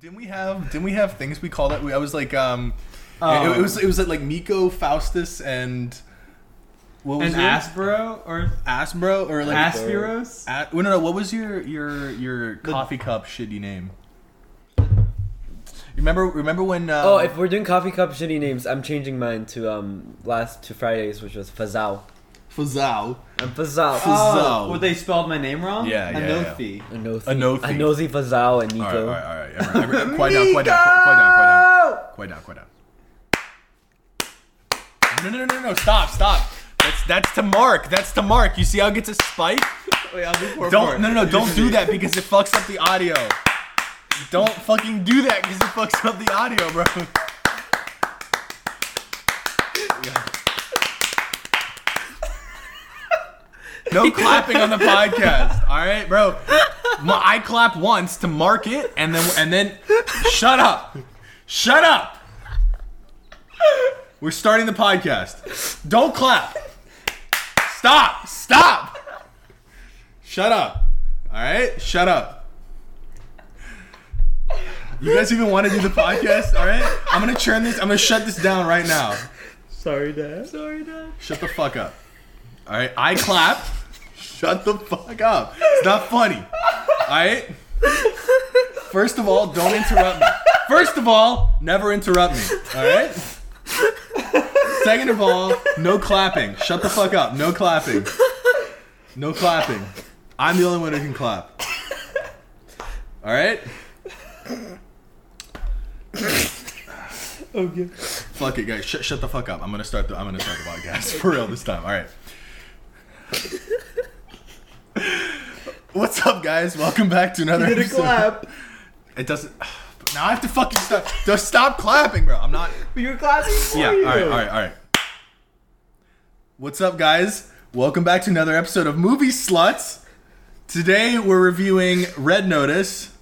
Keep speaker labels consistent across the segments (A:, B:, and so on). A: Didn't we have? Didn't we have things we called it? We, I was like, um, it, it was it was like Miko, Faustus, and what was
B: An
A: it?
B: Aspero or
A: Asbro or like
B: Aspiros?
A: A- well, no, no. What was your your your coffee cup shitty name? Remember, remember when? Uh,
C: Oh, if we're doing coffee cup shitty names, I'm changing mine to um last two Fridays, which was Fazal.
A: Fazal,
C: I'm Fazal. Ah.
A: Fizzle.
B: Well, they spelled my name wrong?
A: Oh. Yeah, yeah,
B: Anothi.
C: Anothi.
A: Anothi.
C: Anothi Fazal and
A: All right, all right, all
C: Nico.
A: right. Everyone- everyone- Quiet down, quiet down, quiet down, quiet down, quiet down, quiet down. No, no, no, no, no! Stop, stop. That's that's to Mark. That's to Mark. You see how it gets a spike?
B: Wait, I'll do four more.
A: Don't no, no, no! Don't do that because it fucks up the audio. Don't fucking do that because it fucks up the audio, bro. No clapping on the podcast. All right, bro. My, I clap once to mark it, and then and then shut up, shut up. We're starting the podcast. Don't clap. Stop. Stop. Shut up. All right, shut up. You guys even want to do the podcast? All right, I'm gonna turn this. I'm gonna shut this down right now.
B: Sorry, Dad. Sorry, Dad.
A: Shut the fuck up. All right, I clap. Shut the fuck up. It's not funny. All right. First of all, don't interrupt me. First of all, never interrupt me. All right. Second of all, no clapping. Shut the fuck up. No clapping. No clapping. I'm the only one who can clap. All right.
B: Okay.
A: Fuck it, guys. Shut, shut the fuck up. I'm gonna start the. I'm gonna start the podcast for real this time. All right. What's up, guys? Welcome back to another.
B: Did a
A: episode.
B: clap.
A: It doesn't. Now I have to fucking stop. Just stop clapping, bro. I'm not.
B: But you're clapping for
A: Yeah. All
B: you.
A: right. All right. All right. What's up, guys? Welcome back to another episode of Movie Sluts. Today we're reviewing Red Notice.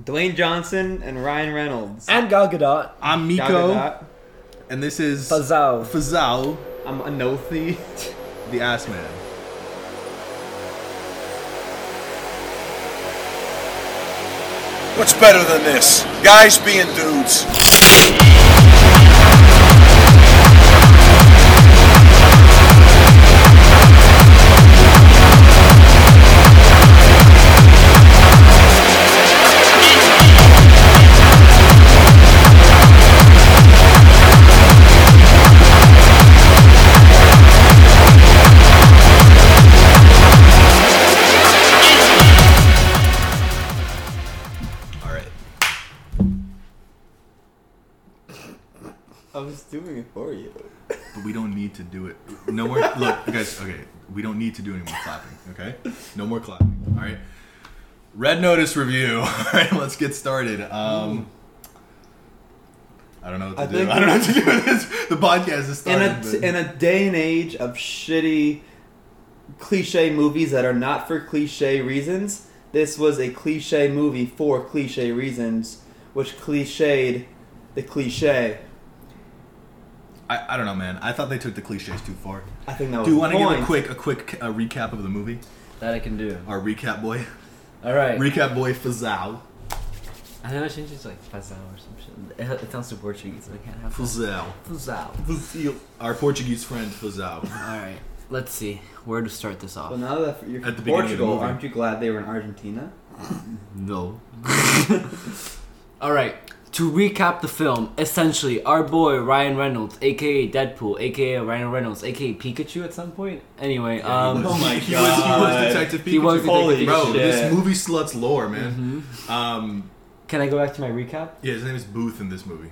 B: Dwayne Johnson and Ryan Reynolds.
C: And Gal Gadot.
A: I'm Miko,
B: Yaga
A: and this is
C: Fazal.
A: Fazal,
B: Dot. I'm Anothi.
A: the Ass Man.
D: What's better than this? Guys being dudes.
A: All right.
B: I was doing it for you.
A: But we don't need to do it. No more. look, you guys. Okay, we don't need to do any more clapping. Okay, no more clapping. All right. Red Notice review. All right, let's get started. Um, I don't know what to
B: I
A: do.
B: think-
A: I don't know what to do with this. The podcast is
B: In
A: started.
B: a,
A: but-
B: in a day and age of shitty cliche movies that are not for cliche reasons, this was a cliche movie for cliche reasons, which cliched the cliche.
A: I, I don't know, man. I thought they took the cliches too far.
B: I think that was
A: Do you want to
B: the
A: give a
B: Oh, point.
A: quick a quick uh, recap of the movie?
C: That I can do.
A: Our recap boy,
C: All right.
A: recap boy Fazal.
C: I think I changed it to like Fazal or some shit. It, it sounds too Portuguese, so I can't have
A: Fazal.
C: Fazal.
A: Our Portuguese friend Fazal.
C: All right. Let's see where to start this off.
B: Well, now that you're
A: At the beginning of
B: from
A: the
B: Portugal,
A: movie.
B: aren't you glad they were in Argentina?
C: No. All right. To recap the film, essentially, our boy Ryan Reynolds, aka Deadpool, aka Ryan Reynolds, aka Pikachu, at some point. Anyway, um,
B: Oh my
A: he was, he was
B: God.
A: Detective Pikachu.
C: He was Detective
B: Holy Pikachu.
A: Bro,
B: shit.
A: this movie sluts lore, man. Um,
C: can I go back to my recap?
A: yeah, his name is Booth in this movie.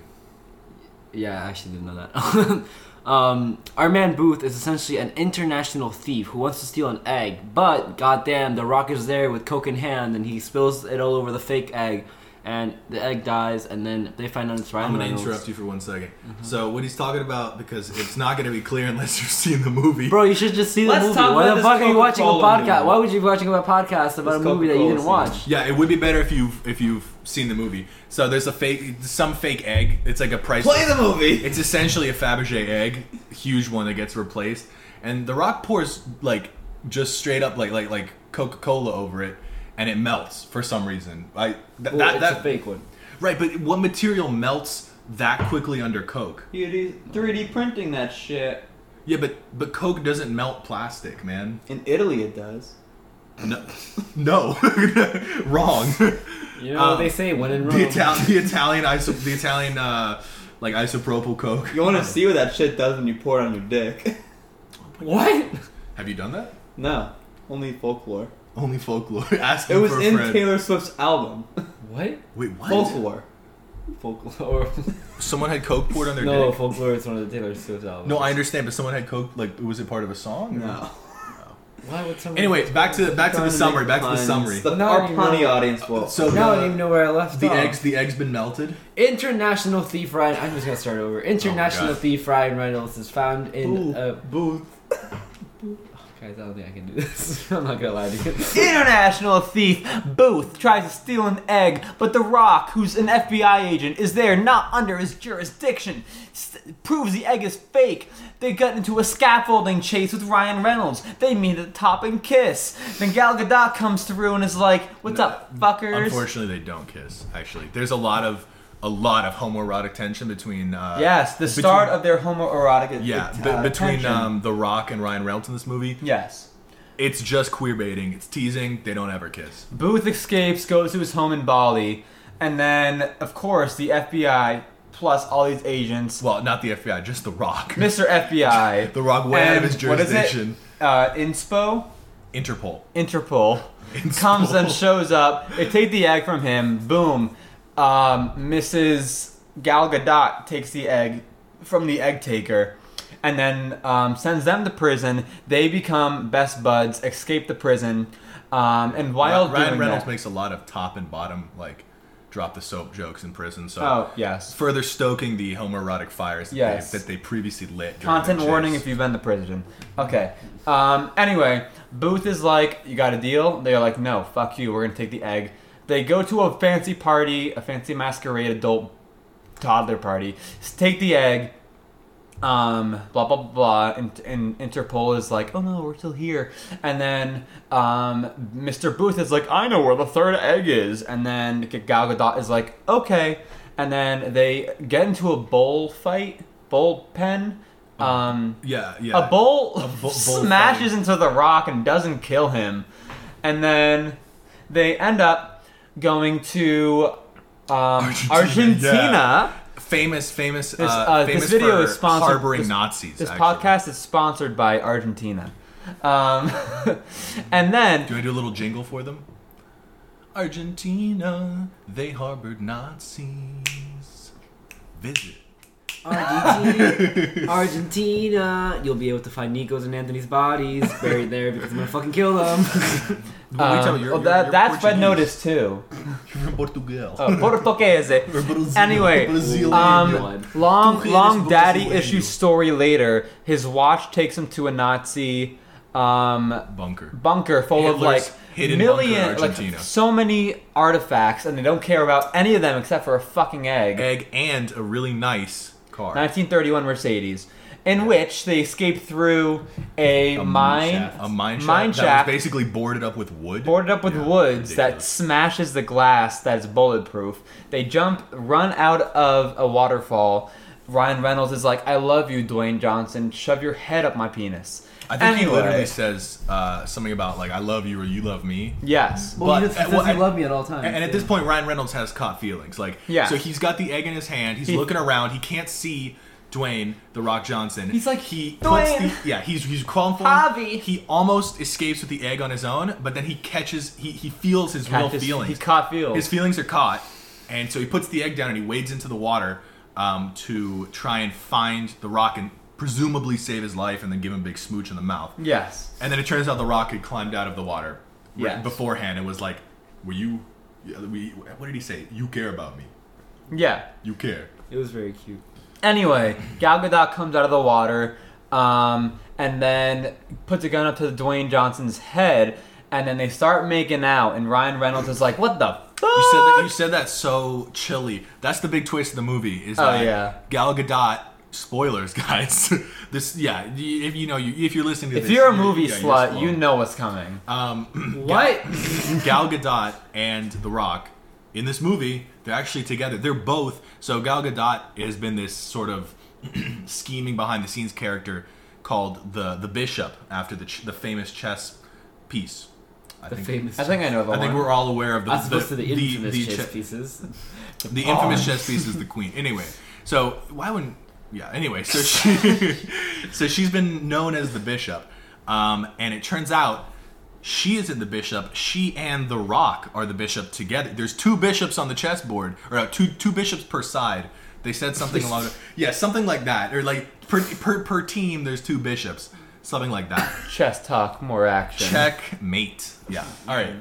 C: Yeah, I actually didn't know that. um, our man Booth is essentially an international thief who wants to steal an egg, but goddamn, the rock is there with coke in hand, and he spills it all over the fake egg, and the egg dies, and then they find out it's Ryan
A: I'm going to
C: Reynolds.
A: interrupt you for one second. So, what he's talking about, because it's not going to be clear unless you've seen the movie.
C: Bro, you should just see the
B: Let's
C: movie.
B: talk
C: Why
B: about
C: the
B: this
C: fuck are you watching a
B: Coca-Cola
C: podcast?
B: movie.
C: Why would you be watching a podcast about
B: This
C: a movie that you
B: Coca-Cola
C: didn't
B: scene.
C: watch?
A: Yeah, it would be better if you've if you've seen the movie. So there's a fake, some fake egg. It's like a price.
B: Play the movie!
A: It's essentially a Fabergé egg, huge one that gets replaced, and The Rock pours like just straight up like like like Coca Cola over it, and it melts for some reason. I th-
C: Well,
A: that
C: it's
A: that
C: a fake one.
A: right, but what material melts that quickly under coke?
E: You do 3D printing that shit.
A: Yeah, but but coke doesn't melt plastic, man.
E: In Italy, it does.
A: No, no, wrong.
C: You know what
A: Um,
C: they say when in Rome.
A: The Italian, the Italian, iso- the Italian, uh, like isopropyl coke.
E: You want to see what that shit does when you pour it on your dick?
C: What?
A: Have you done that?
E: no, only folklore.
A: Only folklore. Ask
E: It
A: him
E: was
A: for a
E: in
A: friend.
E: Taylor Swift's album.
C: What?
A: Wait, what?
E: folklore.
C: Folklore.
A: Someone had coke poured on their
C: no,
A: dick.
C: folklore is one of the Taylor Swift albums.
A: No, I understand, but someone had coke. Like, was it part of a song? or-
E: No.
C: Why would someone?
A: Anyway, back to back to the summary. Back to the summary.
E: The,
C: Not
E: our
C: anymore.
E: punny audience will.
A: So
C: Now I
A: the-
C: don't even know where I left
A: Oh, The
C: off.
A: eggs, the eggs been melted.
C: International thief Ryan. I'm just gonna start over. International
A: Oh, God.
C: thief Ryan Reynolds is found in.
E: Ooh,
C: Uh,
E: booth.
C: guys, I don't think I can do this. I'm not gonna lie to you.
B: International thief Booth tries to steal an egg, but The Rock, who's an FBI agent, is there not under his jurisdiction. S- proves the egg is fake. They get into a scaffolding chase with Ryan Reynolds. They meet at the top and kiss. Then Gal Gadot comes through and is like, "What's up, fuckers?"
A: Unfortunately, they don't kiss. Actually, there's a lot of a lot of homoerotic tension between. Uh,
E: Yes, the start of their homoerotic.
A: Yeah,
E: att-
A: be-
E: uh,
A: between
E: tension.
A: um, The Rock and Ryan Reynolds in this movie,
E: Yes.
A: it's just queer baiting. It's teasing. They don't ever kiss.
B: Booth escapes, goes to his home in Bali, and then, of course, the FBI plus all these agents,
A: Well, not the FBI, just The Rock.
B: Mr. FBI,
A: The Rock way out of
B: And
A: his
B: what is it?
A: jurisdiction.
B: uh, Inspo,
A: Interpol.
B: Interpol, comes and shows up. They take the egg from him. Boom. Um, Mrs. Gal Gadot takes the egg from the egg taker. And then um, sends them to prison. They become best buds, escape the prison, um, and while
A: Ryan
B: doing
A: Reynolds
B: that,
A: makes a lot of top and bottom like drop the soap jokes in prison. So.
B: oh yes,
A: Further stoking the homoerotic fires that,
B: Yes.
A: they, that they previously lit. during
B: Content
A: the chase.
B: warning if you've been to prison. Okay. Um, anyway, Booth is like, you got a deal? They're like, no, fuck you. We're going to take the egg. They go to a fancy party, a fancy masquerade adult toddler party. s- Take the egg. Um, blah, blah, blah, blah. And, and Interpol is like, oh no, we're still here. And then um, Mr. Booth is like, I know where the third egg is. And then Gal Gadot is like, okay. And then they get into a bowl fight, bowl pen. Um,
A: Yeah, yeah.
B: a bull,
A: bull- bull
B: smashes
A: fight.
B: into the rock and doesn't kill him, and then they end up going to um, Argentina.
A: Argentina, yeah. famous, famous.
B: This,
A: uh,
B: uh,
A: famous
B: this video
A: for
B: is sponsored.
A: harboring
B: this,
A: Nazis.
B: This
A: actually.
B: podcast is sponsored by Argentina, um, and then
A: Do I do a little jingle for them? Argentina, they harbored Nazis. Visit.
C: Argentina, Argentina. You'll be able to find Nico's and Anthony's bodies buried there because I'm gonna fucking kill them.
A: Well, wait,
B: um,
A: tell me, you're-
B: oh,
A: you're-
B: that,
A: you're
B: that's
A: Portuguese.
B: red notice too.
A: You're from Portugal.
B: Uh, Portoquese. Anyway,
A: Brazilian.
B: Um, long,
A: Tú eres
B: long daddy
A: brasileiro.
B: issue story later. His watch takes him to a Nazi um,
A: bunker.
B: bunker full of
A: Hitler's
B: like
A: hidden bunker
B: million,
A: in
B: like
A: Argentina.
B: so many artifacts, and they don't care about any of them except for a fucking egg.
A: Egg and a really nice car.
B: 1931 Mercedes, in which they escape through a, mine,
A: A mine shaft.
B: mine
A: that
B: shaft
A: was basically boarded up with wood.
B: boarded up with
A: Yeah,
B: woods that
A: ridiculous.
B: smashes the glass that is bulletproof. They jump, run out of a waterfall. Ryan Reynolds is like, "I love you, Dwayne Johnson. Shove your head up my penis."
A: I think
B: Anyway,
A: he literally says uh, something about like "I love you" or "You love me."
B: yes.
C: Well, he
A: But-
C: just says
A: well,
C: he
A: and-
C: loved me at all times.
A: Uh, And at this point, Ryan Reynolds has caught feelings. Like,
B: Yeah.
A: So he's got the egg in his hand. He's
B: He-
A: looking around. He can't see Dwayne the Rock Johnson.
B: He's like,
A: he
B: "Dwayne!"
A: puts the yeah. He's he's crawling for him.
B: Javi.
A: He almost escapes with the egg on his own, but then he catches. He he feels his real
B: Catches-
A: feelings.
B: He caught feels.
A: His feelings are caught, and so he puts the egg down and he wades into the water um, to try and find the Rock and presumably save his life, and then give him a big smooch in the mouth.
B: yes.
A: And then it turns out the rock had climbed out of the water re-
B: Yes.
A: beforehand and was like, "Were you? yeah, We, what did he say? You care about me.
B: Yeah.
A: You care."
C: it was very cute.
B: Anyway, Gal Gadot comes out of the water, um, and then puts a gun up to Dwayne Johnson's head, and then they start making out, and Ryan Reynolds is like, "What the fuck?"
A: You said that. You said that so chilly. That's the big twist of the movie. Is
B: Oh,
A: that
B: yeah.
A: Gal Gadot Spoilers, guys. this, yeah. y- If you know, you if you're listening to
B: If
A: this,
B: you're a movie
A: yeah, you're
B: slut,
A: spoiled.
B: you know what's coming.
A: Um,
C: What?
A: Gal Gadot and The Rock in this movie, they're actually together. They're both. So Gal Gadot has been this sort of scheming behind the scenes character called the the Bishop after the ch- the famous chess piece. I
C: the
A: think,
C: famous.
B: I think I know the
A: I think
B: one.
A: we're all aware of the
C: As opposed to the infamous
A: the
C: chess
A: che-
C: pieces.
A: the infamous chess piece is the queen. Anyway, so why wouldn't? Yeah. Anyway, so she, so she's been known as the bishop, um, and it turns out she isn't the bishop. She and the Rock are the bishop together. There's two bishops on the chessboard, or uh, two two bishops per side. They said something along, the- yeah, something like that, or like per per, per team. There's two bishops, something like that.
B: Chess talk, more action.
A: Checkmate. Yeah. All right.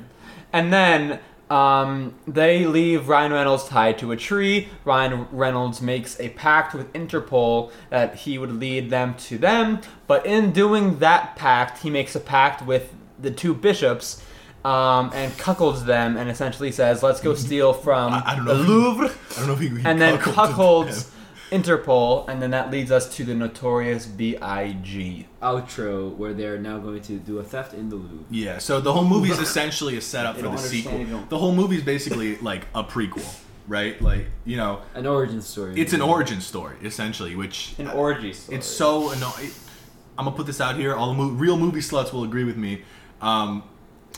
B: And then um, they leave Ryan Reynolds tied to a tree. Ryan Reynolds makes a pact with Interpol that he would lead them to them. But in doing that pact, he makes a pact with the two bishops um, and cuckolds them and essentially says, let's go steal from
A: I, I don't know.
B: the
A: if he-
B: Louvre.
A: I don't know if he, he
B: And then
A: cuckolded
B: cuckolds
A: him.
B: Interpol. And then that leads us to the notorious B.I.G.
C: Outro where they're now going to do a theft in the Louvre.
A: Yeah, so the whole movie is essentially a setup
F: They
A: for the
F: don't understand,
A: sequel.
F: they don't-
A: The whole movie is basically like a prequel, right? Like, you know,
C: An origin story.
A: it's an
F: Mm-hmm.
A: origin story essentially, which
F: An orgy story.
A: it's so annoying. I'm gonna put this out here. All the mo- real movie sluts will agree with me. Um,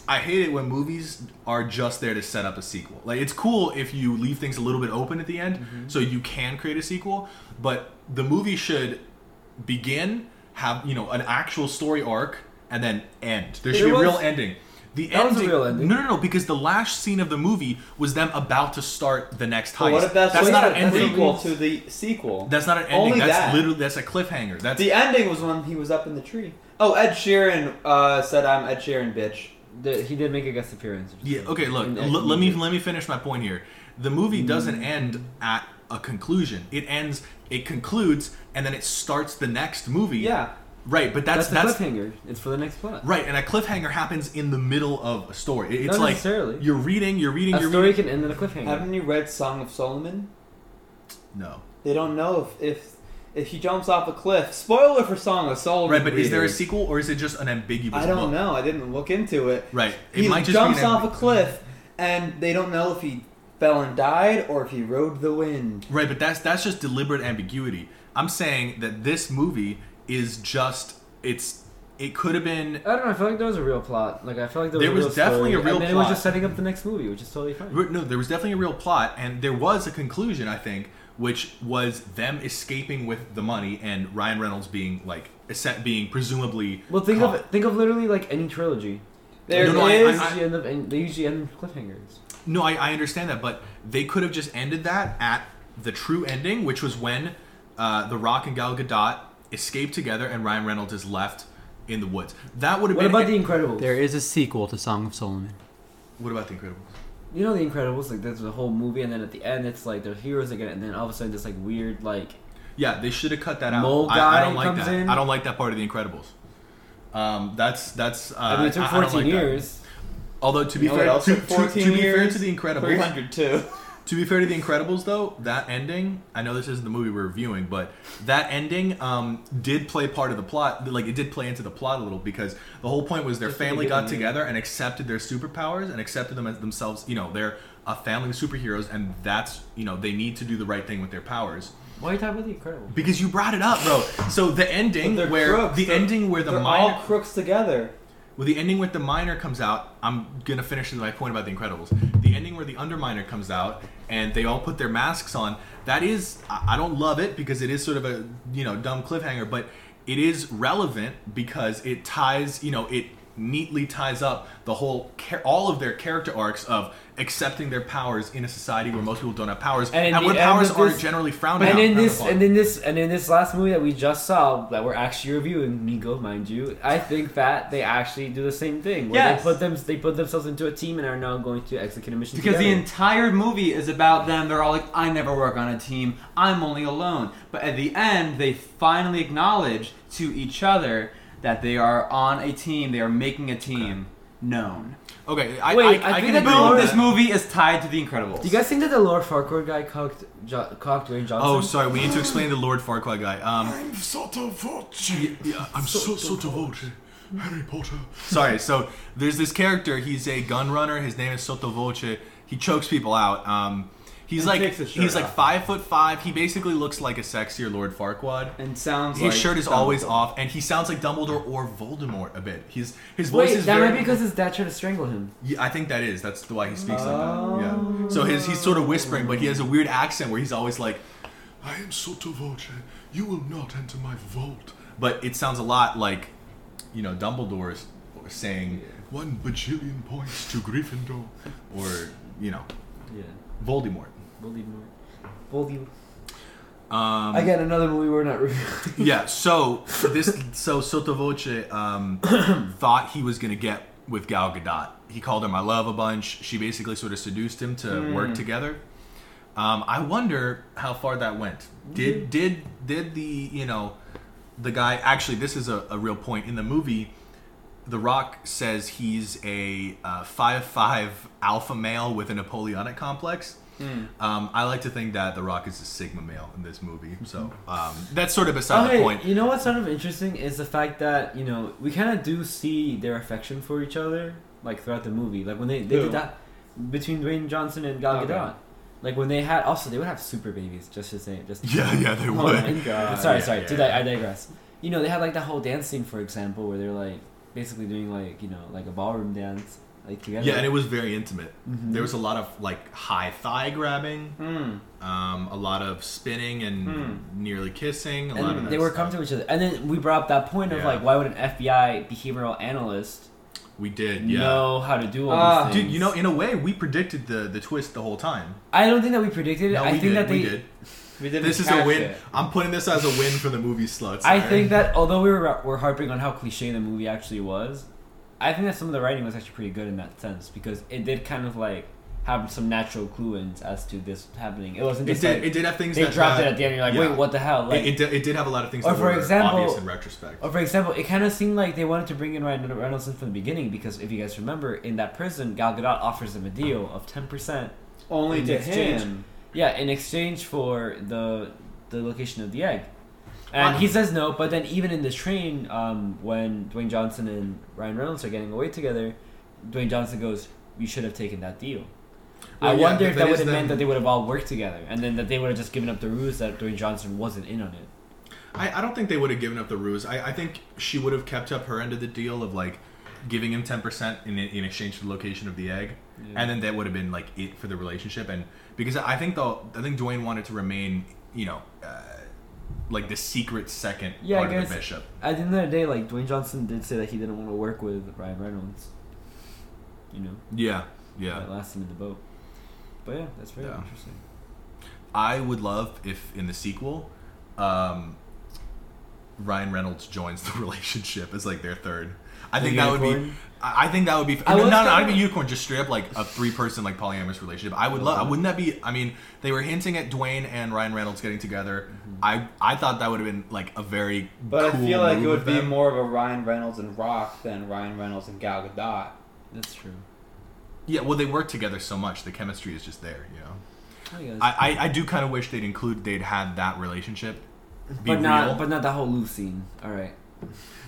A: I hate it when movies are just there to set up a sequel. Like it's cool if you leave things a little bit open at the end,
F: Mm-hmm.
A: so you can create a sequel. But the movie should begin, have you know, an actual story arc, and then end. There should be
C: was-
A: a real ending. The
C: That was a
A: ending,
C: real ending.
A: No, no, no, because the last scene of the movie was them about to start the next heist.
F: But what if that's,
A: that's
F: what
A: not
F: if
A: an
F: that's
A: ending.
F: equal to the sequel?
A: That's not an ending.
F: Only
A: that's
F: that.
A: literally that's a cliffhanger. That's
F: The ending was when he was up in the tree. Oh, Ed Sheeran uh, said, "I'm Ed Sheeran, bitch."
C: The- he did make a guest appearance.
A: Yeah. Okay. Look.
C: And-
A: l-
C: and
A: let me
C: movie.
A: let me finish my point here. The movie doesn't end at a conclusion. It ends. It concludes, and then it starts the next movie.
F: Yeah.
A: Right. But that's
C: That's,
A: that's,
C: a cliffhanger. It's for the next plot.
A: right. And a cliffhanger happens in the middle of a story. It- It's
C: Not
A: like
C: necessarily.
A: you're reading. You're reading.
C: A
A: you're
C: story
A: reading.
C: can end in a cliffhanger.
F: Haven't you read Song of Solomon?
A: No.
F: They don't know if if, if he jumps off a cliff. Spoiler for Song of Solomon.
A: Right. But is there a
F: readers.
A: sequel, or is it just an ambiguous?
F: I don't
A: book?
F: know. I didn't look into it.
A: Right. It
F: He
A: might just
F: jumps
A: be an
F: off a
A: ambi-
F: cliff, and they don't know if he fell and died or if he rode the wind.
A: Right, but that's that's just deliberate ambiguity. I'm saying that this movie is just it's it could have been
C: I don't know. I feel like there was a real plot. Like I feel like there was,
A: There
C: a
A: was
C: real
A: definitely
C: story,
A: a real
C: and then it was
A: plot.
C: just setting up the next movie, which is totally fine.
A: Re- No, there was definitely a real plot, and there was a conclusion, I think, which was them escaping with the money and Ryan Reynolds being like set being presumably.
C: Well, think
A: caught.
C: of think of literally like any trilogy.
F: There is
A: No, no, I-
C: They
A: I-
C: usually end up in, they usually end in cliffhangers.
A: No, I, I understand that, but they could have just ended that at the true ending, which was when uh, The Rock and Gal Gadot escape together, and Ryan Reynolds is left in the woods. That would have
C: What
A: been.
C: about the Incredibles?
B: is a sequel to Song of Solomon.
A: What about the Incredibles?
C: you know the Incredibles like there's a whole movie, and then at the end it's like they're heroes again, and then all of a sudden this like weird like
A: Yeah, they should have cut that out.
C: Mole
A: I, I
C: guy
A: don't like
C: comes
A: that.
C: in.
A: I don't like that part of the Incredibles. Um, that's that's. Uh,
C: I mean it took
A: I don't like
C: 14
A: that.
C: years.
A: Although to be
F: You know what
A: fair,
F: else
A: to,
F: took
A: to-
F: 14
A: to be fair
F: years?
A: to the Incredibles,
F: 302.
A: to be fair to the Incredibles though, that ending. I know this isn't the movie we're reviewing, but that ending um, did play part of the plot. Like it did play into the plot a little because the whole point was their
C: Just
A: family
C: like
A: got
C: a good
A: together and accepted their superpowers and accepted them as themselves. You know, they're a family of superheroes, and that's you know they need to do the right thing with their powers.
C: Why are you talking about the Incredibles?
A: Because you brought it up, bro. So the ending
F: They're
A: where
F: crooks.
A: the
F: They're-
A: ending where the
F: they're
A: minor
F: all crooks together.
A: well, the ending with the miner comes out. I'm gonna finish my point about the Incredibles. The ending where the Underminer comes out and they all put their masks on. That is, I I don't love it because it is sort of a you know dumb cliffhanger, but it is relevant because it ties you know it neatly ties up the whole char- all of their character arcs of accepting their powers in a society where most people don't have powers
C: And in
A: and,
C: the
A: where
C: end
A: powers
C: of
A: are
C: this-
A: generally
B: Oh,
A: frowned
C: And
A: down-
C: in
A: frowned
C: this,
A: upon.
C: and in this, and in this last movie that we just saw, that we're actually reviewing, Nico, mind you, I think that they actually do the same thing. Where
B: Yes.
C: they put them, they put themselves into a team and are now going to execute a mission
B: Because the
C: together.
B: entire movie is about them. They're all like, I never work on a team. I'm only alone. But at the end, they finally acknowledge to each other that they are on a team. They are making a team.
G: known.
A: Okay, I,
C: Wait,
A: I,
C: I
A: I,
C: think
A: can
C: that
A: agree
C: Laura-
B: Boom!
A: with
B: This
A: that.
B: movie is tied to The Incredibles.
C: Do you guys think that the Lord Farquhar guy cocked, jo- cocked Dwayne Johnson?
A: Oh, sorry. We need to explain the Lord Farquaad guy. Um, yeah, I'm so so devoted. Harry Potter. Sorry. So there's this character. He's a gun runner. His name is Sotto Voce. He chokes people out. Um, he's
B: And
A: like
B: takes his shirt
A: he's like
B: off.
A: five foot five. He basically looks like a sexier Lord Farquaad.
G: And sounds
A: His
G: like
A: shirt is always
G: Dumbledore.
A: off, and he sounds like Dumbledore or Voldemort a bit. His his voice
C: Wait,
A: is
C: that
A: very.
C: might be because his dad tried to strangle him.
A: Yeah, I think that is. That's why he speaks like that. Yeah. So his he's sort of whispering, but he has a weird accent where he's always like, "I am sotto voce. You will not enter my vault." But it sounds a lot like, you know, Dumbledore's saying one bajillion points to Gryffindor, or you know,
C: Yeah,
A: Voldemort.
C: Voldemort. Voldemort.
A: Um,
C: Again, another movie we're not reviewing.
A: yeah. So this so Sottovoce um, thought he was gonna get with Gal Gadot. He called her my love a bunch. She basically sort of seduced him to work together. Um, I wonder how far that went. Did did did the you know the guy actually? This is a, a real point in the movie. The Rock says he's a uh, five five alpha male with a Napoleonic complex. Um, I like to think that The Rock is a sigma male in this movie. So um, that's sort of beside
C: Okay,
A: the point.
C: you know what's sort of interesting is the fact that you know we kind of do see their affection for each other like throughout the movie, like when they they
B: Who?
C: did that between Dwayne Johnson and Gal
B: Okay.
C: Gadot, like when they had also they would have super babies just to say just
A: Yeah, yeah, they
C: Oh,
A: would.
C: and-
B: God.
C: sorry,
A: Yeah,
C: sorry,
A: yeah,
C: did
A: yeah.
C: I, I digress? You know they had like that whole dance scene for example where they're like basically doing like you know like a ballroom dance like together.
A: Yeah, and it was very intimate.
C: Mhm.
A: There was a lot of like high thigh grabbing,
B: Mm.
C: Hmm.
A: um, a lot of spinning and nearly kissing. A
C: And
A: lot of
C: they
A: that
C: were
A: stuff.
C: coming to each other, and then we brought up that point of
A: Yeah.
C: like, why would an FBI behavioral analyst
A: We did, yeah.
C: know how to do all
B: Ah,
C: these things?
A: Dude, you know, in a way, we predicted the the twist the whole time.
C: I don't think that we predicted it.
A: No,
C: I
A: we
C: think
A: did.
C: that they.
A: we did.
B: We didn't
A: This is a
B: catch
A: win.
B: it.
A: I'm putting this as a win for the movie sluts.
C: I
A: alright?
C: think that although we were, were harping on how cliche the movie actually was, I think that some of the writing was actually pretty good in that sense because it did kind of like have some natural clue-ins as to this happening. It wasn't
A: it
C: just
A: did.
C: like
A: it did have things
C: they
A: that
C: dropped
A: that-
C: it at the end. You're like,
A: yeah.
C: wait, what the hell? Like,
A: it, it, did, it did have a lot of things
C: Or
A: that
C: for
A: were
C: example-
A: obvious in retrospect.
C: Or for example, it kind of seemed like they wanted to bring in Ryan Reynolds from the beginning because if you guys remember, in that prison, Gal Gadot offers them a deal of ten percent.
B: Only
C: In
B: to
C: exchange.
B: him.
C: Yeah, in exchange for the the location of the egg. And
A: Uh,
C: he says no, but then even in the train, um, when Dwayne Johnson and Ryan Reynolds are getting away together, Dwayne Johnson goes, "You should have taken that deal." I
A: Well, yeah,
C: wonder
A: but
C: if
A: that
C: that
A: is
C: would have meant
A: then-
C: that they would have all worked together, and then that they would have just given up the ruse that Dwayne Johnson wasn't in on it.
A: I, I don't think they would have given up the ruse. I, I think she would have kept up her end of the deal of like giving him ten percent in in exchange for the location of the egg, and then that would have been like it for the relationship. And because I think though, I think Dwayne wanted to remain, you know, uh, like the secret second
C: Yeah, I
A: part of
C: guess-
A: the bishop.
C: At the end of the day, like Dwayne Johnson did say that he didn't want to work with Ryan Reynolds. You know,
A: Yeah, yeah.
C: that last him in the boat. But yeah, that's very
A: Yeah.
C: interesting.
A: I would love if in the sequel, um, Ryan Reynolds joins the relationship as like their third. I
C: The
A: think that would be.
C: unicorn?
A: I I think that would be.
C: I
A: no,
C: was
A: no, no, I
C: kinda-
A: mean unicorn. Just straight up like a three-person like polyamorous relationship. I would
G: Mm-hmm.
A: love. Wouldn't that be? I mean, they were hinting at Dwayne and Ryan Reynolds getting together. I I thought that would have been like a very.
G: Mm-hmm. But
A: cool
G: I feel like
A: move
G: it would
A: with
G: be
A: them.
G: more of a Ryan Reynolds and Rock than Ryan Reynolds and Gal Gadot.
C: That's true.
A: Yeah, well, they work together so much. The chemistry is just there. You know,
C: I guess.
A: I I, I do kind of wish they'd include they'd had that relationship. Be
C: but not,
A: real.
C: but not the whole Luke scene. All right.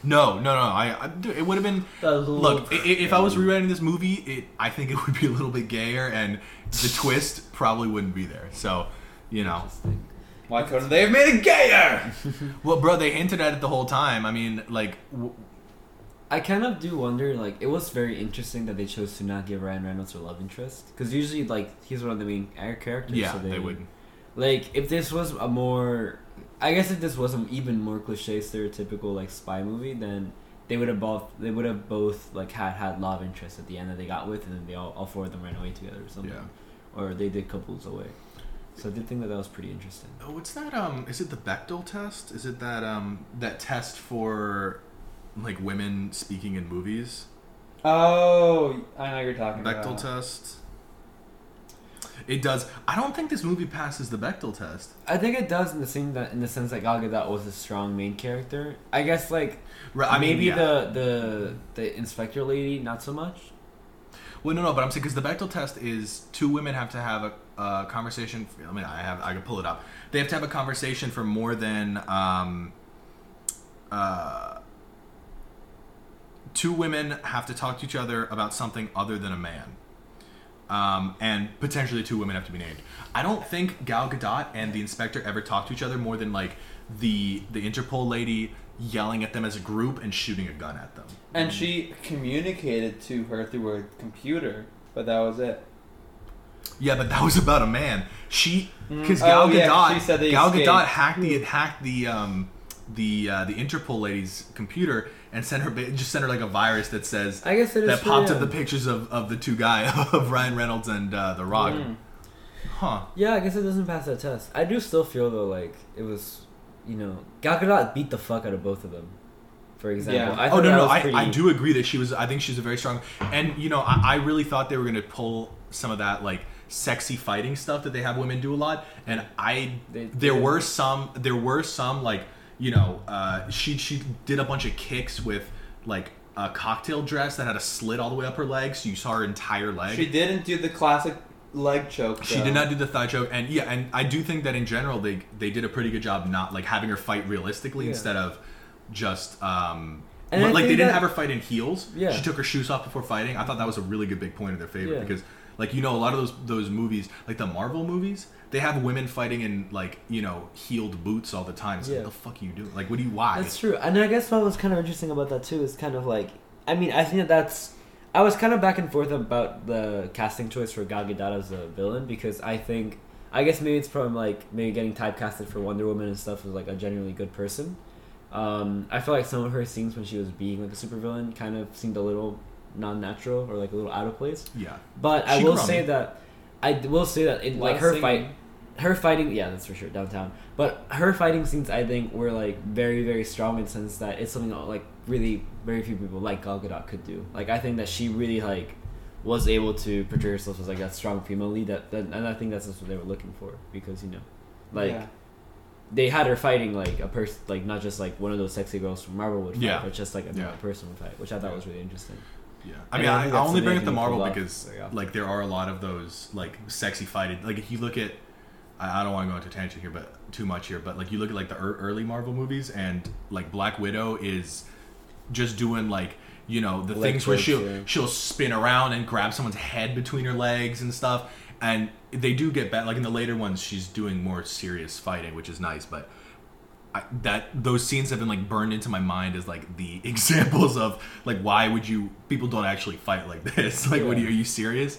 A: No, no, no. I, I dude, it would have been look. i- i- If I was rewriting this movie, it I think it would be a little bit gayer, and the twist probably wouldn't be there. So, you know,
G: Why couldn't they have made it gayer?
A: well, bro, they hinted at it the whole time. I mean, like, w-
C: I kind of do wonder. Like, it was very interesting that they chose to not give Ryan Reynolds a love interest because usually, like, he's one of the main air characters.
A: yeah,
C: so
A: they, would.
C: Like, if this was a more, I guess if this was an even more cliche, stereotypical like spy movie, then they would have both. They would have both like had had love interest at the end that they got with, and then they all all four of them ran away together or something,
A: Yeah.
C: or they did couples away. So I did think that that was pretty interesting.
A: Oh, what's that? Um, is it the Bechdel test? Is it that um that test for like women speaking in movies?
B: Mm.
G: Oh, I know what you're talking
A: Bechdel
G: about.
A: test. It does. I don't think this movie passes the Bechtel test.
C: I think it does in the sense that in the sense that Gal Gadot was a strong main character. I guess like
A: Right, I mean,
C: maybe
A: yeah.
C: the the the inspector lady not so much.
A: Well, no, no, but I'm saying because the Bechtel test is two women have to have a uh, conversation. I mean, I have I can pull it up. They have to have a conversation for more than um, uh, two women have to talk to each other about something other than a man. Um, and potentially two women have to be named. I don't think Gal Gadot and the inspector ever talk to each other more than like the the Interpol lady yelling at them as a group and shooting a gun at them.
G: And she communicated to her through her computer, but that was it.
A: Yeah, but that was about a man. She because
G: Mm.
A: Gal
G: Oh,
A: Gadot,
G: yeah, 'cause she said they
A: Gal
G: escaped. Hmm.
A: Gadot hacked the hacked the um the uh, the Interpol lady's computer and sent her ba- just sent her like a virus that says
C: I guess it is
A: that popped
C: true,
A: up
C: yeah.
A: the pictures of, of the two guy of Ryan Reynolds and uh, The Rock.
G: Mm. Hmm.
A: Huh.
C: Yeah, I guess it doesn't pass that test. I do still feel though like it was, you know, Gal Gadot beat the fuck out of both of them. For example,
G: Yeah.
C: I
A: Oh
C: thought
A: no
C: that
A: no
C: was
A: I,
C: pretty-
A: I do agree that she was I think she's a very strong and you know I, I really thought they were gonna pull some of that like sexy fighting stuff that they have women do a lot and I
C: They-
A: there
C: they-
A: were some there were some like you know uh, she she did a bunch of kicks with like a cocktail dress that had a slit all the way up her leg so you saw her entire leg
G: She didn't do the classic leg choke.
A: she
G: though.
A: did not do the thigh choke, and yeah, and I do think that in general they they did a pretty good job not like having her fight realistically
C: Yeah.
A: instead of just um
C: And I
A: like they
C: think
A: didn't
C: that-
A: have her fight in heels.
C: Yeah.
A: she took her shoes off before fighting. I thought that was a really good big point in their favor
C: Yeah.
A: because like you know a lot of those those movies like the Marvel movies they have women fighting in like you know heeled boots all the time. So
C: Yeah.
A: what the fuck are you doing? Like what do you why?
C: That's true, and I guess what was kind of interesting about that too is kind of like, I mean, I think that that's. I was kind of back and forth about the casting choice for Gal Gadot as a villain because I think, I guess maybe it's from like maybe getting typecasted for Wonder Woman and stuff as like a genuinely good person. Um, I feel like some of her scenes when she was being like a supervillain kind of seemed a little non-natural or like a little out of place.
A: Yeah,
C: But I
A: She
C: will
A: crummy.
C: say that I d- will say that in
G: Lot
C: like
G: of
C: her
G: singing.
C: fight, her fighting yeah that's for sure downtown. But her fighting scenes I think were like very very strong in the sense that it's something that, like really very few people like Gal Gadot could do. Like I think that she really like was able to portray herself as like that strong female lead that, that and I think that's just what they were looking for because you know like
G: Yeah.
C: they had her fighting like a person like not just like one of those sexy girls from Marvel would fight
A: Yeah.
C: but just like a
A: Yeah.
C: person would fight which I thought was really interesting.
A: Yeah, I
C: And
A: mean,
C: I
A: I,
C: think
A: I
C: that's
A: only bring
C: amazing
A: up the
C: you
A: Marvel
C: pulled off.
A: because
C: There you go.
A: like there are a lot of those like sexy fighted. Like if you look at, I, I don't want to go into tangent here, but too much here. But like you look at like the ear early Marvel movies, and like Black Widow is just doing like you know the
C: Leg
A: things where
C: kicks,
A: she'll
C: yeah.
A: she'll spin around and grab someone's head between her legs and stuff. And they do get bad. Like in the later ones, she's doing more serious fighting, which is nice. But I, that those scenes have been like burned into my mind as like the examples of like why would you people don't actually fight like this like what are you, are you serious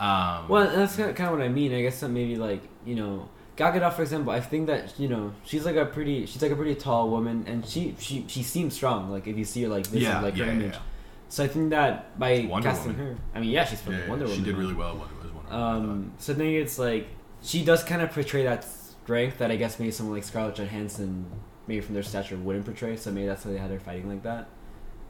A: um
C: Well, and that's kind of what I mean. I guess that maybe like you know, Gal Gadot, for example. I think that you know she's like a pretty she's like a pretty tall woman, and she she she seems strong. Like if you see her like this,
A: Yeah,
C: like
A: yeah,
C: her
A: yeah,
C: image.
A: yeah.
C: So I think that by
A: Wonder
C: casting
A: Woman.
C: her, I mean, yeah, she's from
A: yeah, yeah,
C: Wonder
A: she
C: Woman.
A: did really well when it was Wonder Woman, I
C: Um, so maybe it's like she does kind of portray that strength that I guess maybe someone like Scarlett Johansson, maybe from their stature, wouldn't portray. So maybe that's why they had her fighting like that.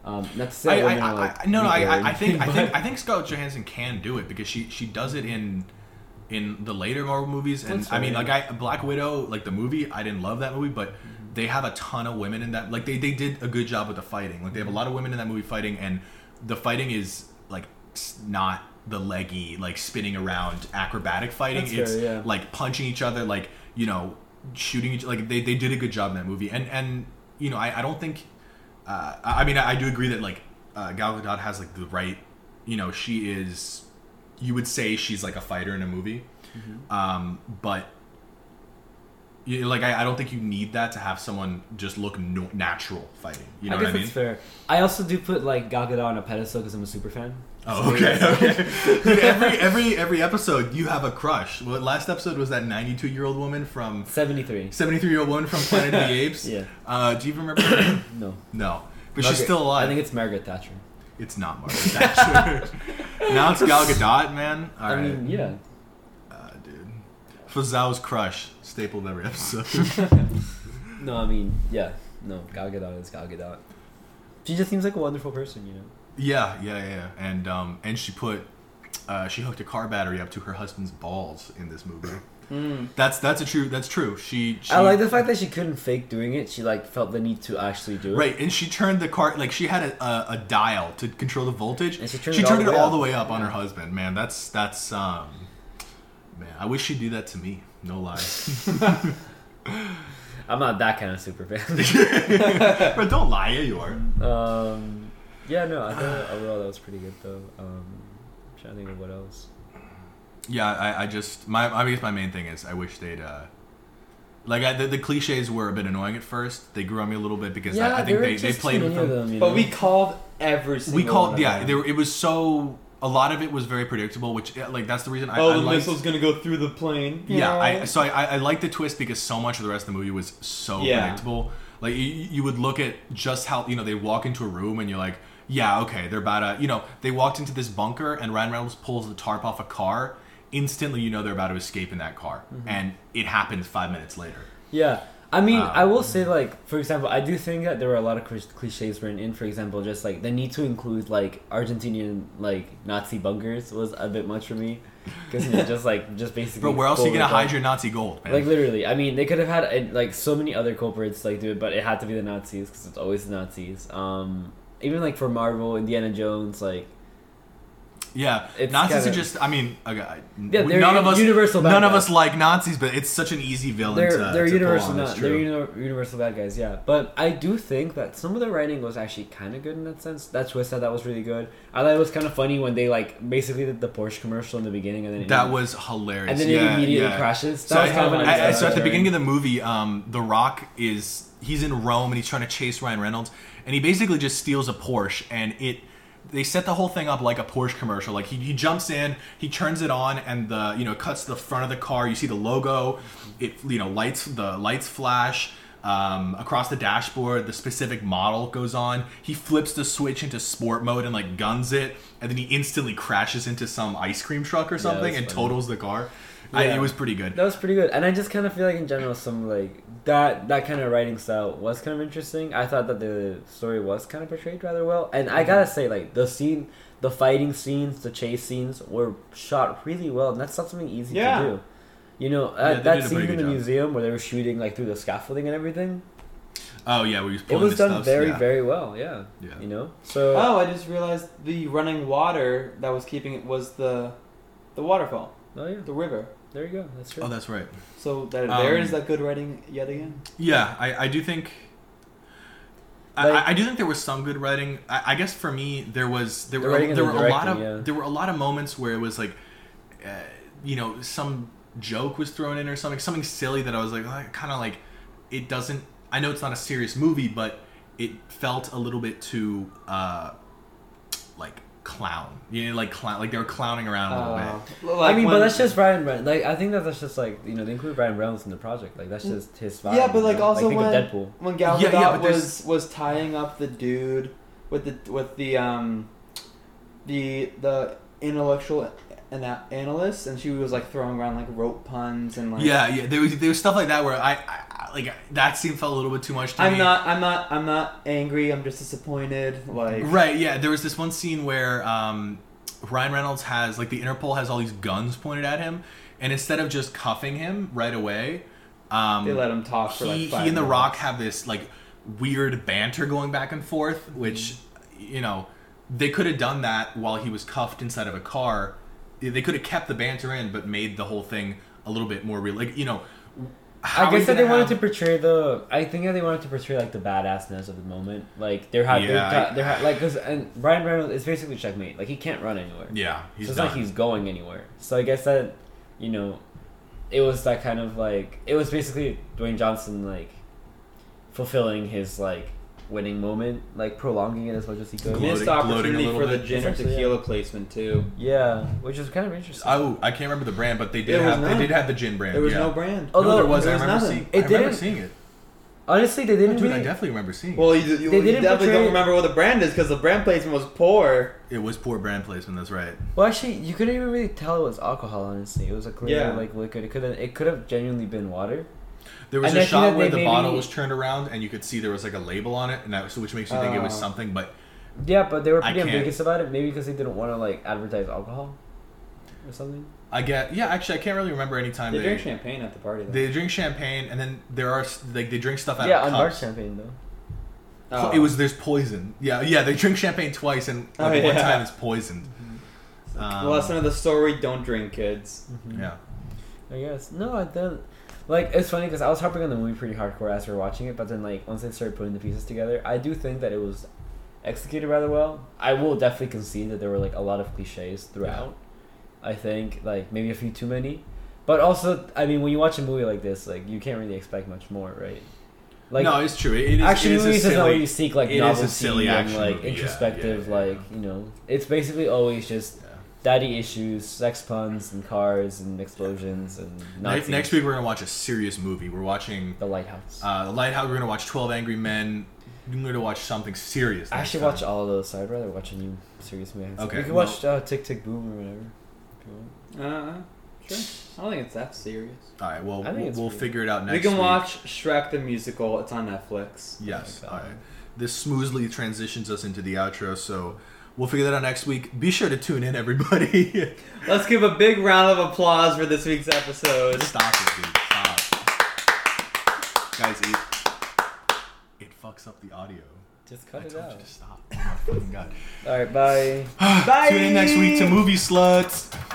C: Um, not to say
A: I,
C: that
A: I,
C: women are,
A: I,
C: like,
A: I, no, no, I,
C: weaker or
A: I, I think, I
C: anything,
A: think,
C: but-
A: I think Scarlett Johansson can do it because she she does it in in the later Marvel movies, and
C: That's
A: I mean,
C: right.
A: like I Black Widow, like the movie, I didn't love that movie, but they have a ton of women in that. Like they they did a good job with the fighting. Like they have a lot of women in that movie fighting, and the fighting is like s- not the leggy, like spinning around acrobatic fighting.
C: That's fair,
A: it's
C: yeah.
A: like punching each other, like you know, shooting each. Like they, they did a good job in that movie, and and you know, I, I don't think. Uh, I I mean, I, I do agree that like uh, Gal Gadot has like the right. You know, she is. You would say she's like a fighter in a movie,
C: Mm-hmm.
A: um, but. You, like I, I don't think you need that to have someone just look no, natural fighting. You know
C: I guess
A: what I mean?
C: that's fair. I also do put like Gal Gadot on a pedestal because I'm a super fan.
A: Oh, okay, okay. Dude, every every every episode, you have a crush. Well, last episode was that ninety-two year old woman from
C: Seventy three.
A: seventy-three year old woman from Planet of the Apes.
C: Yeah.
A: Uh, do you remember? Her name?
C: No,
A: no, but she's
C: Okay.
A: still alive.
C: I think it's Margaret Thatcher.
A: It's not Margaret Thatcher. now it's Gal Gadot, man. All
C: I
A: right,
C: mean, yeah.
A: uh, dude. Fazel's crush, staple of every episode.
C: No, I mean, yeah. No, Gal Gadot is Gal Gadot. She just seems like a wonderful person, you know.
A: yeah, yeah, yeah. And um, and she put uh, she hooked a car battery up to her husband's balls in this movie. That's that's a true. That's true. She, she
C: Hmm. I like the fact that she couldn't fake doing it. She like felt the need to actually do it.
A: Right, and she turned the car like she had a, a, a dial to control the voltage.
C: And she turned
A: she
C: it
A: turned
C: all
A: it
C: the way
A: all
C: up.
A: the way up on her husband. Man, that's that's um, man. I wish she'd do that to me. No lie,
C: I'm not that kind of super fan.
A: but don't lie. Yeah, you are.
C: um, yeah, no, I thought overall that was pretty good though. Um, I'm trying to think of what else.
A: Yeah, I, I just my I guess my main thing is I wish they'd uh, like I, the, the cliches were a bit annoying at first. They grew on me a little bit because I, I think they, they played with them.
B: But we called every single
A: We
B: one
A: called
B: of
A: yeah.
B: them.
A: There it was so a lot of it was very predictable, which uh, like that's the reason I,
B: oh,
A: I
B: the
A: liked-
B: missile's gonna go through the plane.
A: Yeah, I,
B: Yeah.
A: so I, I I like the twist because so much of the rest of the movie was so
B: Yeah.
A: predictable. Like you, you would look at just how you know they walk into a room and you're like, yeah, okay, they're about to you know they walked into this bunker and Ryan Reynolds pulls the tarp off a car. Instantly, you know they're about to escape in that car,
C: Mm-hmm.
A: and it happens five minutes later.
C: Yeah. I mean, I will
A: Um,
C: say, like, for example, I do think that there were a lot of clich- cliches written in. For example, just like the need to include like Argentinian like Nazi bunkers was a bit much for me because just like just basically.
A: Bro, where else are you
C: go
A: gonna
C: with, like-
A: hide your Nazi gold, man?
C: Like literally, I mean, they could have had uh, like so many other culprits like do it, but it had to be the Nazis because it's always the Nazis. Um, even like for Marvel, Indiana Jones, like
A: yeah,
C: it's
A: Nazis
C: kinda-
A: are just. I mean, okay, I-
C: Yeah, they're
A: none of us
C: universal bad
A: none of
C: guys.
A: us like Nazis, but it's such an easy villain.
C: they're
A: to,
C: they're
A: to pull
C: universal,
A: on, it's
C: not, they're
A: true.
C: uni- universal bad guys, yeah. But I do think that some of the writing was actually kind of good in that sense. That twist that that was really good. I thought it was kind of funny when they like basically did the Porsche commercial in the beginning and then it-
A: That was hilarious.
C: and then
A: yeah,
C: it immediately
A: yeah.
C: crashes. That
A: So,
C: was
A: I-
C: kind of
A: I-
C: an
A: I- so at the
C: unnecessary-
A: beginning of the movie, um, The Rock is he's in Rome and he's trying to chase Ryan Reynolds, and he basically just steals a Porsche, and it they set the whole thing up like a Porsche commercial. Like he, he jumps in, he turns it on, and the you know it cuts to the front of the car. You see the logo, it you know lights the lights flash. Um, across the dashboard, the specific model goes on. He flips the switch into sport mode and like guns it, and then he instantly crashes into some ice cream truck or something
C: that's
A: and
C: funny.
A: totals the car. I,
C: Yeah.
A: it was pretty good.
C: That was pretty good, and I just kind of feel like in general, some like that that kind of writing style was kind of interesting. I thought that the story was kind of portrayed rather well, and I
A: Mm-hmm.
C: gotta say, like the scene, the fighting scenes, the chase scenes were shot really well, and that's not something easy
B: Yeah.
C: to do. You know, uh,
A: Yeah, they
C: that
A: did a
C: scene
A: pretty
C: in
A: good
C: the
A: job.
C: museum where they were shooting like through the scaffolding and everything,
A: Oh yeah, we was
C: it
A: pulling
C: was
A: the
C: done
A: stuffs,
C: very,
A: yeah.
C: very well. Yeah.
A: Yeah.
C: You know, so
B: Oh, I just realized the running water that was keeping it was the the waterfall,
C: oh yeah,
B: the river.
C: there you go. That's true.
A: Oh, that's right.
B: So that there
A: Um,
B: is that good writing yet again.
A: Yeah, I, I do think. I,
C: Like-
A: I- I do think there was some good writing. I, I guess for me, there was there
C: The
A: were
C: writing and
A: there
C: the
A: were a lot of
C: directing, yeah.
A: there were a lot of moments where it was like, uh, you know, some joke was thrown in or something, something silly that I was like, kind of like, it doesn't. I know it's not a serious movie, but it felt a little bit too uh, like clown. You know, like clown, like they were clowning around a little
C: Oh.
A: bit.
B: Uh, like
C: I mean, but
B: when-
C: that's just Brian. Reynolds. Like, I think that that's just like you know they include Brian Reynolds in the project. Like, that's
A: Mm.
C: just his vibe.
B: yeah, but
C: you
B: like
C: know?
B: also
C: think
B: when
C: of Deadpool.
B: when Gal Gadot
A: Yeah, yeah, but
B: was was tying up the dude with the with the um the the intellectual ana- analyst, and she was like throwing around like rope puns and like
A: Yeah, yeah. There was there was stuff like that where I, I I- like that scene felt a little bit too much to
B: I'm
A: me.
B: not. I'm not. I'm not angry. I'm just disappointed. Like
A: right. Yeah, there was this one scene where um, Ryan Reynolds has like the Interpol has all these guns pointed at him, and instead of just cuffing him right away, um,
B: they let him talk for
A: he,
B: like five
A: he and the
B: minutes.
A: rock have this like weird banter going back and forth
B: Mm-hmm.
A: which you know they could have done that while he was cuffed inside of a car they could have kept the banter in but made the whole thing a little bit more real like you know how
C: I
A: are
C: guess
A: you
C: that
A: gonna
C: they
A: have-
C: wanted to portray the. I think that they wanted to portray like the badassness of the moment. Like they're having,
A: Yeah, I-
C: they're, ha- like, cause and Brian Reynolds is basically checkmate. Like he can't run anywhere.
A: yeah he's
C: so it's
A: done.
C: not like he's going anywhere. So I guess that, you know, it was that kind of like it was basically Dwayne Johnson like fulfilling his like winning moment, like prolonging it as much as he could.
A: Gloating-
B: missed
A: gloating a
B: opportunity
A: little
B: for the
A: bit.
B: gin or
C: Essentially, yeah.
B: tequila placement too.
C: Yeah, which is kind of interesting.
A: oh i can't remember the brand but they did
B: There was
A: have they
B: none.
A: did have the gin brand
B: There was
A: yeah.
B: no brand.
C: Oh,
A: no, there
C: Although,
A: was,
B: there
A: i
B: was
A: remember,
B: nothing.
A: seeing,
C: It
A: I remember
C: didn't-
A: seeing it
C: Honestly, they didn't.
A: dude i
C: really-
A: definitely remember seeing it
B: Well, you, you,
C: They
B: you
C: didn't
B: definitely
C: portray-
B: don't remember what the brand is because the brand placement was poor.
A: it was poor brand placement that's right
C: Well, actually, you couldn't even really tell it was alcohol. Honestly, it was a clear
B: Yeah.
C: like liquid. It could have it could have genuinely been water.
A: There was
C: And I
A: a
C: think that
A: shot where
C: they
A: the
C: maybe-
A: bottle was turned around and you could see there was like a label on it, and that was, which makes you think it was
B: Oh.
A: something. But
C: Yeah, but they were
A: I
C: pretty
A: can't-
C: ambiguous about it. Maybe because they didn't want to like advertise alcohol. or something.
A: I get yeah. Actually, I can't really remember any time
B: They
A: they
B: drink champagne at the party. Though.
A: they drink champagne, and then there are s- like they drink stuff out
C: Yeah,
A: of
C: unbarred
A: cups.
C: champagne though.
B: Oh.
A: It was there's poison. Yeah, yeah. They drink champagne twice, and
B: Oh,
A: like, one
B: yeah.
A: time it's poisoned. Um,
B: The lesson of the story: Don't drink, kids.
A: yeah.
C: I guess no, I didn't. Like it's funny because I was harping on the movie pretty hardcore as we were watching it, but then like once I started putting the pieces together, I do think that it was executed rather well. I will definitely concede that there were like a lot of cliches throughout. I think like maybe a few too many, but also I mean when you watch a movie like this, like you can't really expect much more, right? Like
A: no, it's true. It, it is,
C: action
A: it is a
C: movies does not
A: silly-
C: really seek like
A: it is a
C: novelty
A: silly
C: and
A: action
C: like
A: movie, yeah, yeah,
C: introspective,
A: yeah,
C: like you know, it's basically always just
A: Yeah.
C: daddy issues, sex puns, and cars and explosions and
A: Ne-
C: Nazis.
A: next week we're gonna watch a serious movie. We're watching
C: the lighthouse.
A: uh, Lighthouse. We're gonna watch Twelve Angry Men. We're gonna watch something serious.
C: I
A: next
C: should
A: time.
C: watch all of those. So I'd rather watch a new serious movie.
A: Okay,
C: we could
A: well-
C: watch uh, Tick Tick Boom or whatever. if you want.
B: Uh, sure. I don't think it's that serious.
A: All right. Well,
C: I think
A: we'll,
C: it's
A: we'll
C: pretty-
A: figure it out next.
B: we can
A: week.
B: watch Shrek the musical. It's on Netflix.
A: Yes.
C: like that.
A: All right. This smoothly transitions us into the outro. So we'll figure that out next week. Be sure to tune in, everybody.
B: Let's give a big round of applause for this week's episode.
A: Stop it, dude. Stop. Guys, it, it fucks up the audio.
C: Just cut
A: I
C: it
A: told you
C: out.
A: to stop. Oh my fucking god.
C: All right, bye.
A: Tune in next week to Movie Sluts.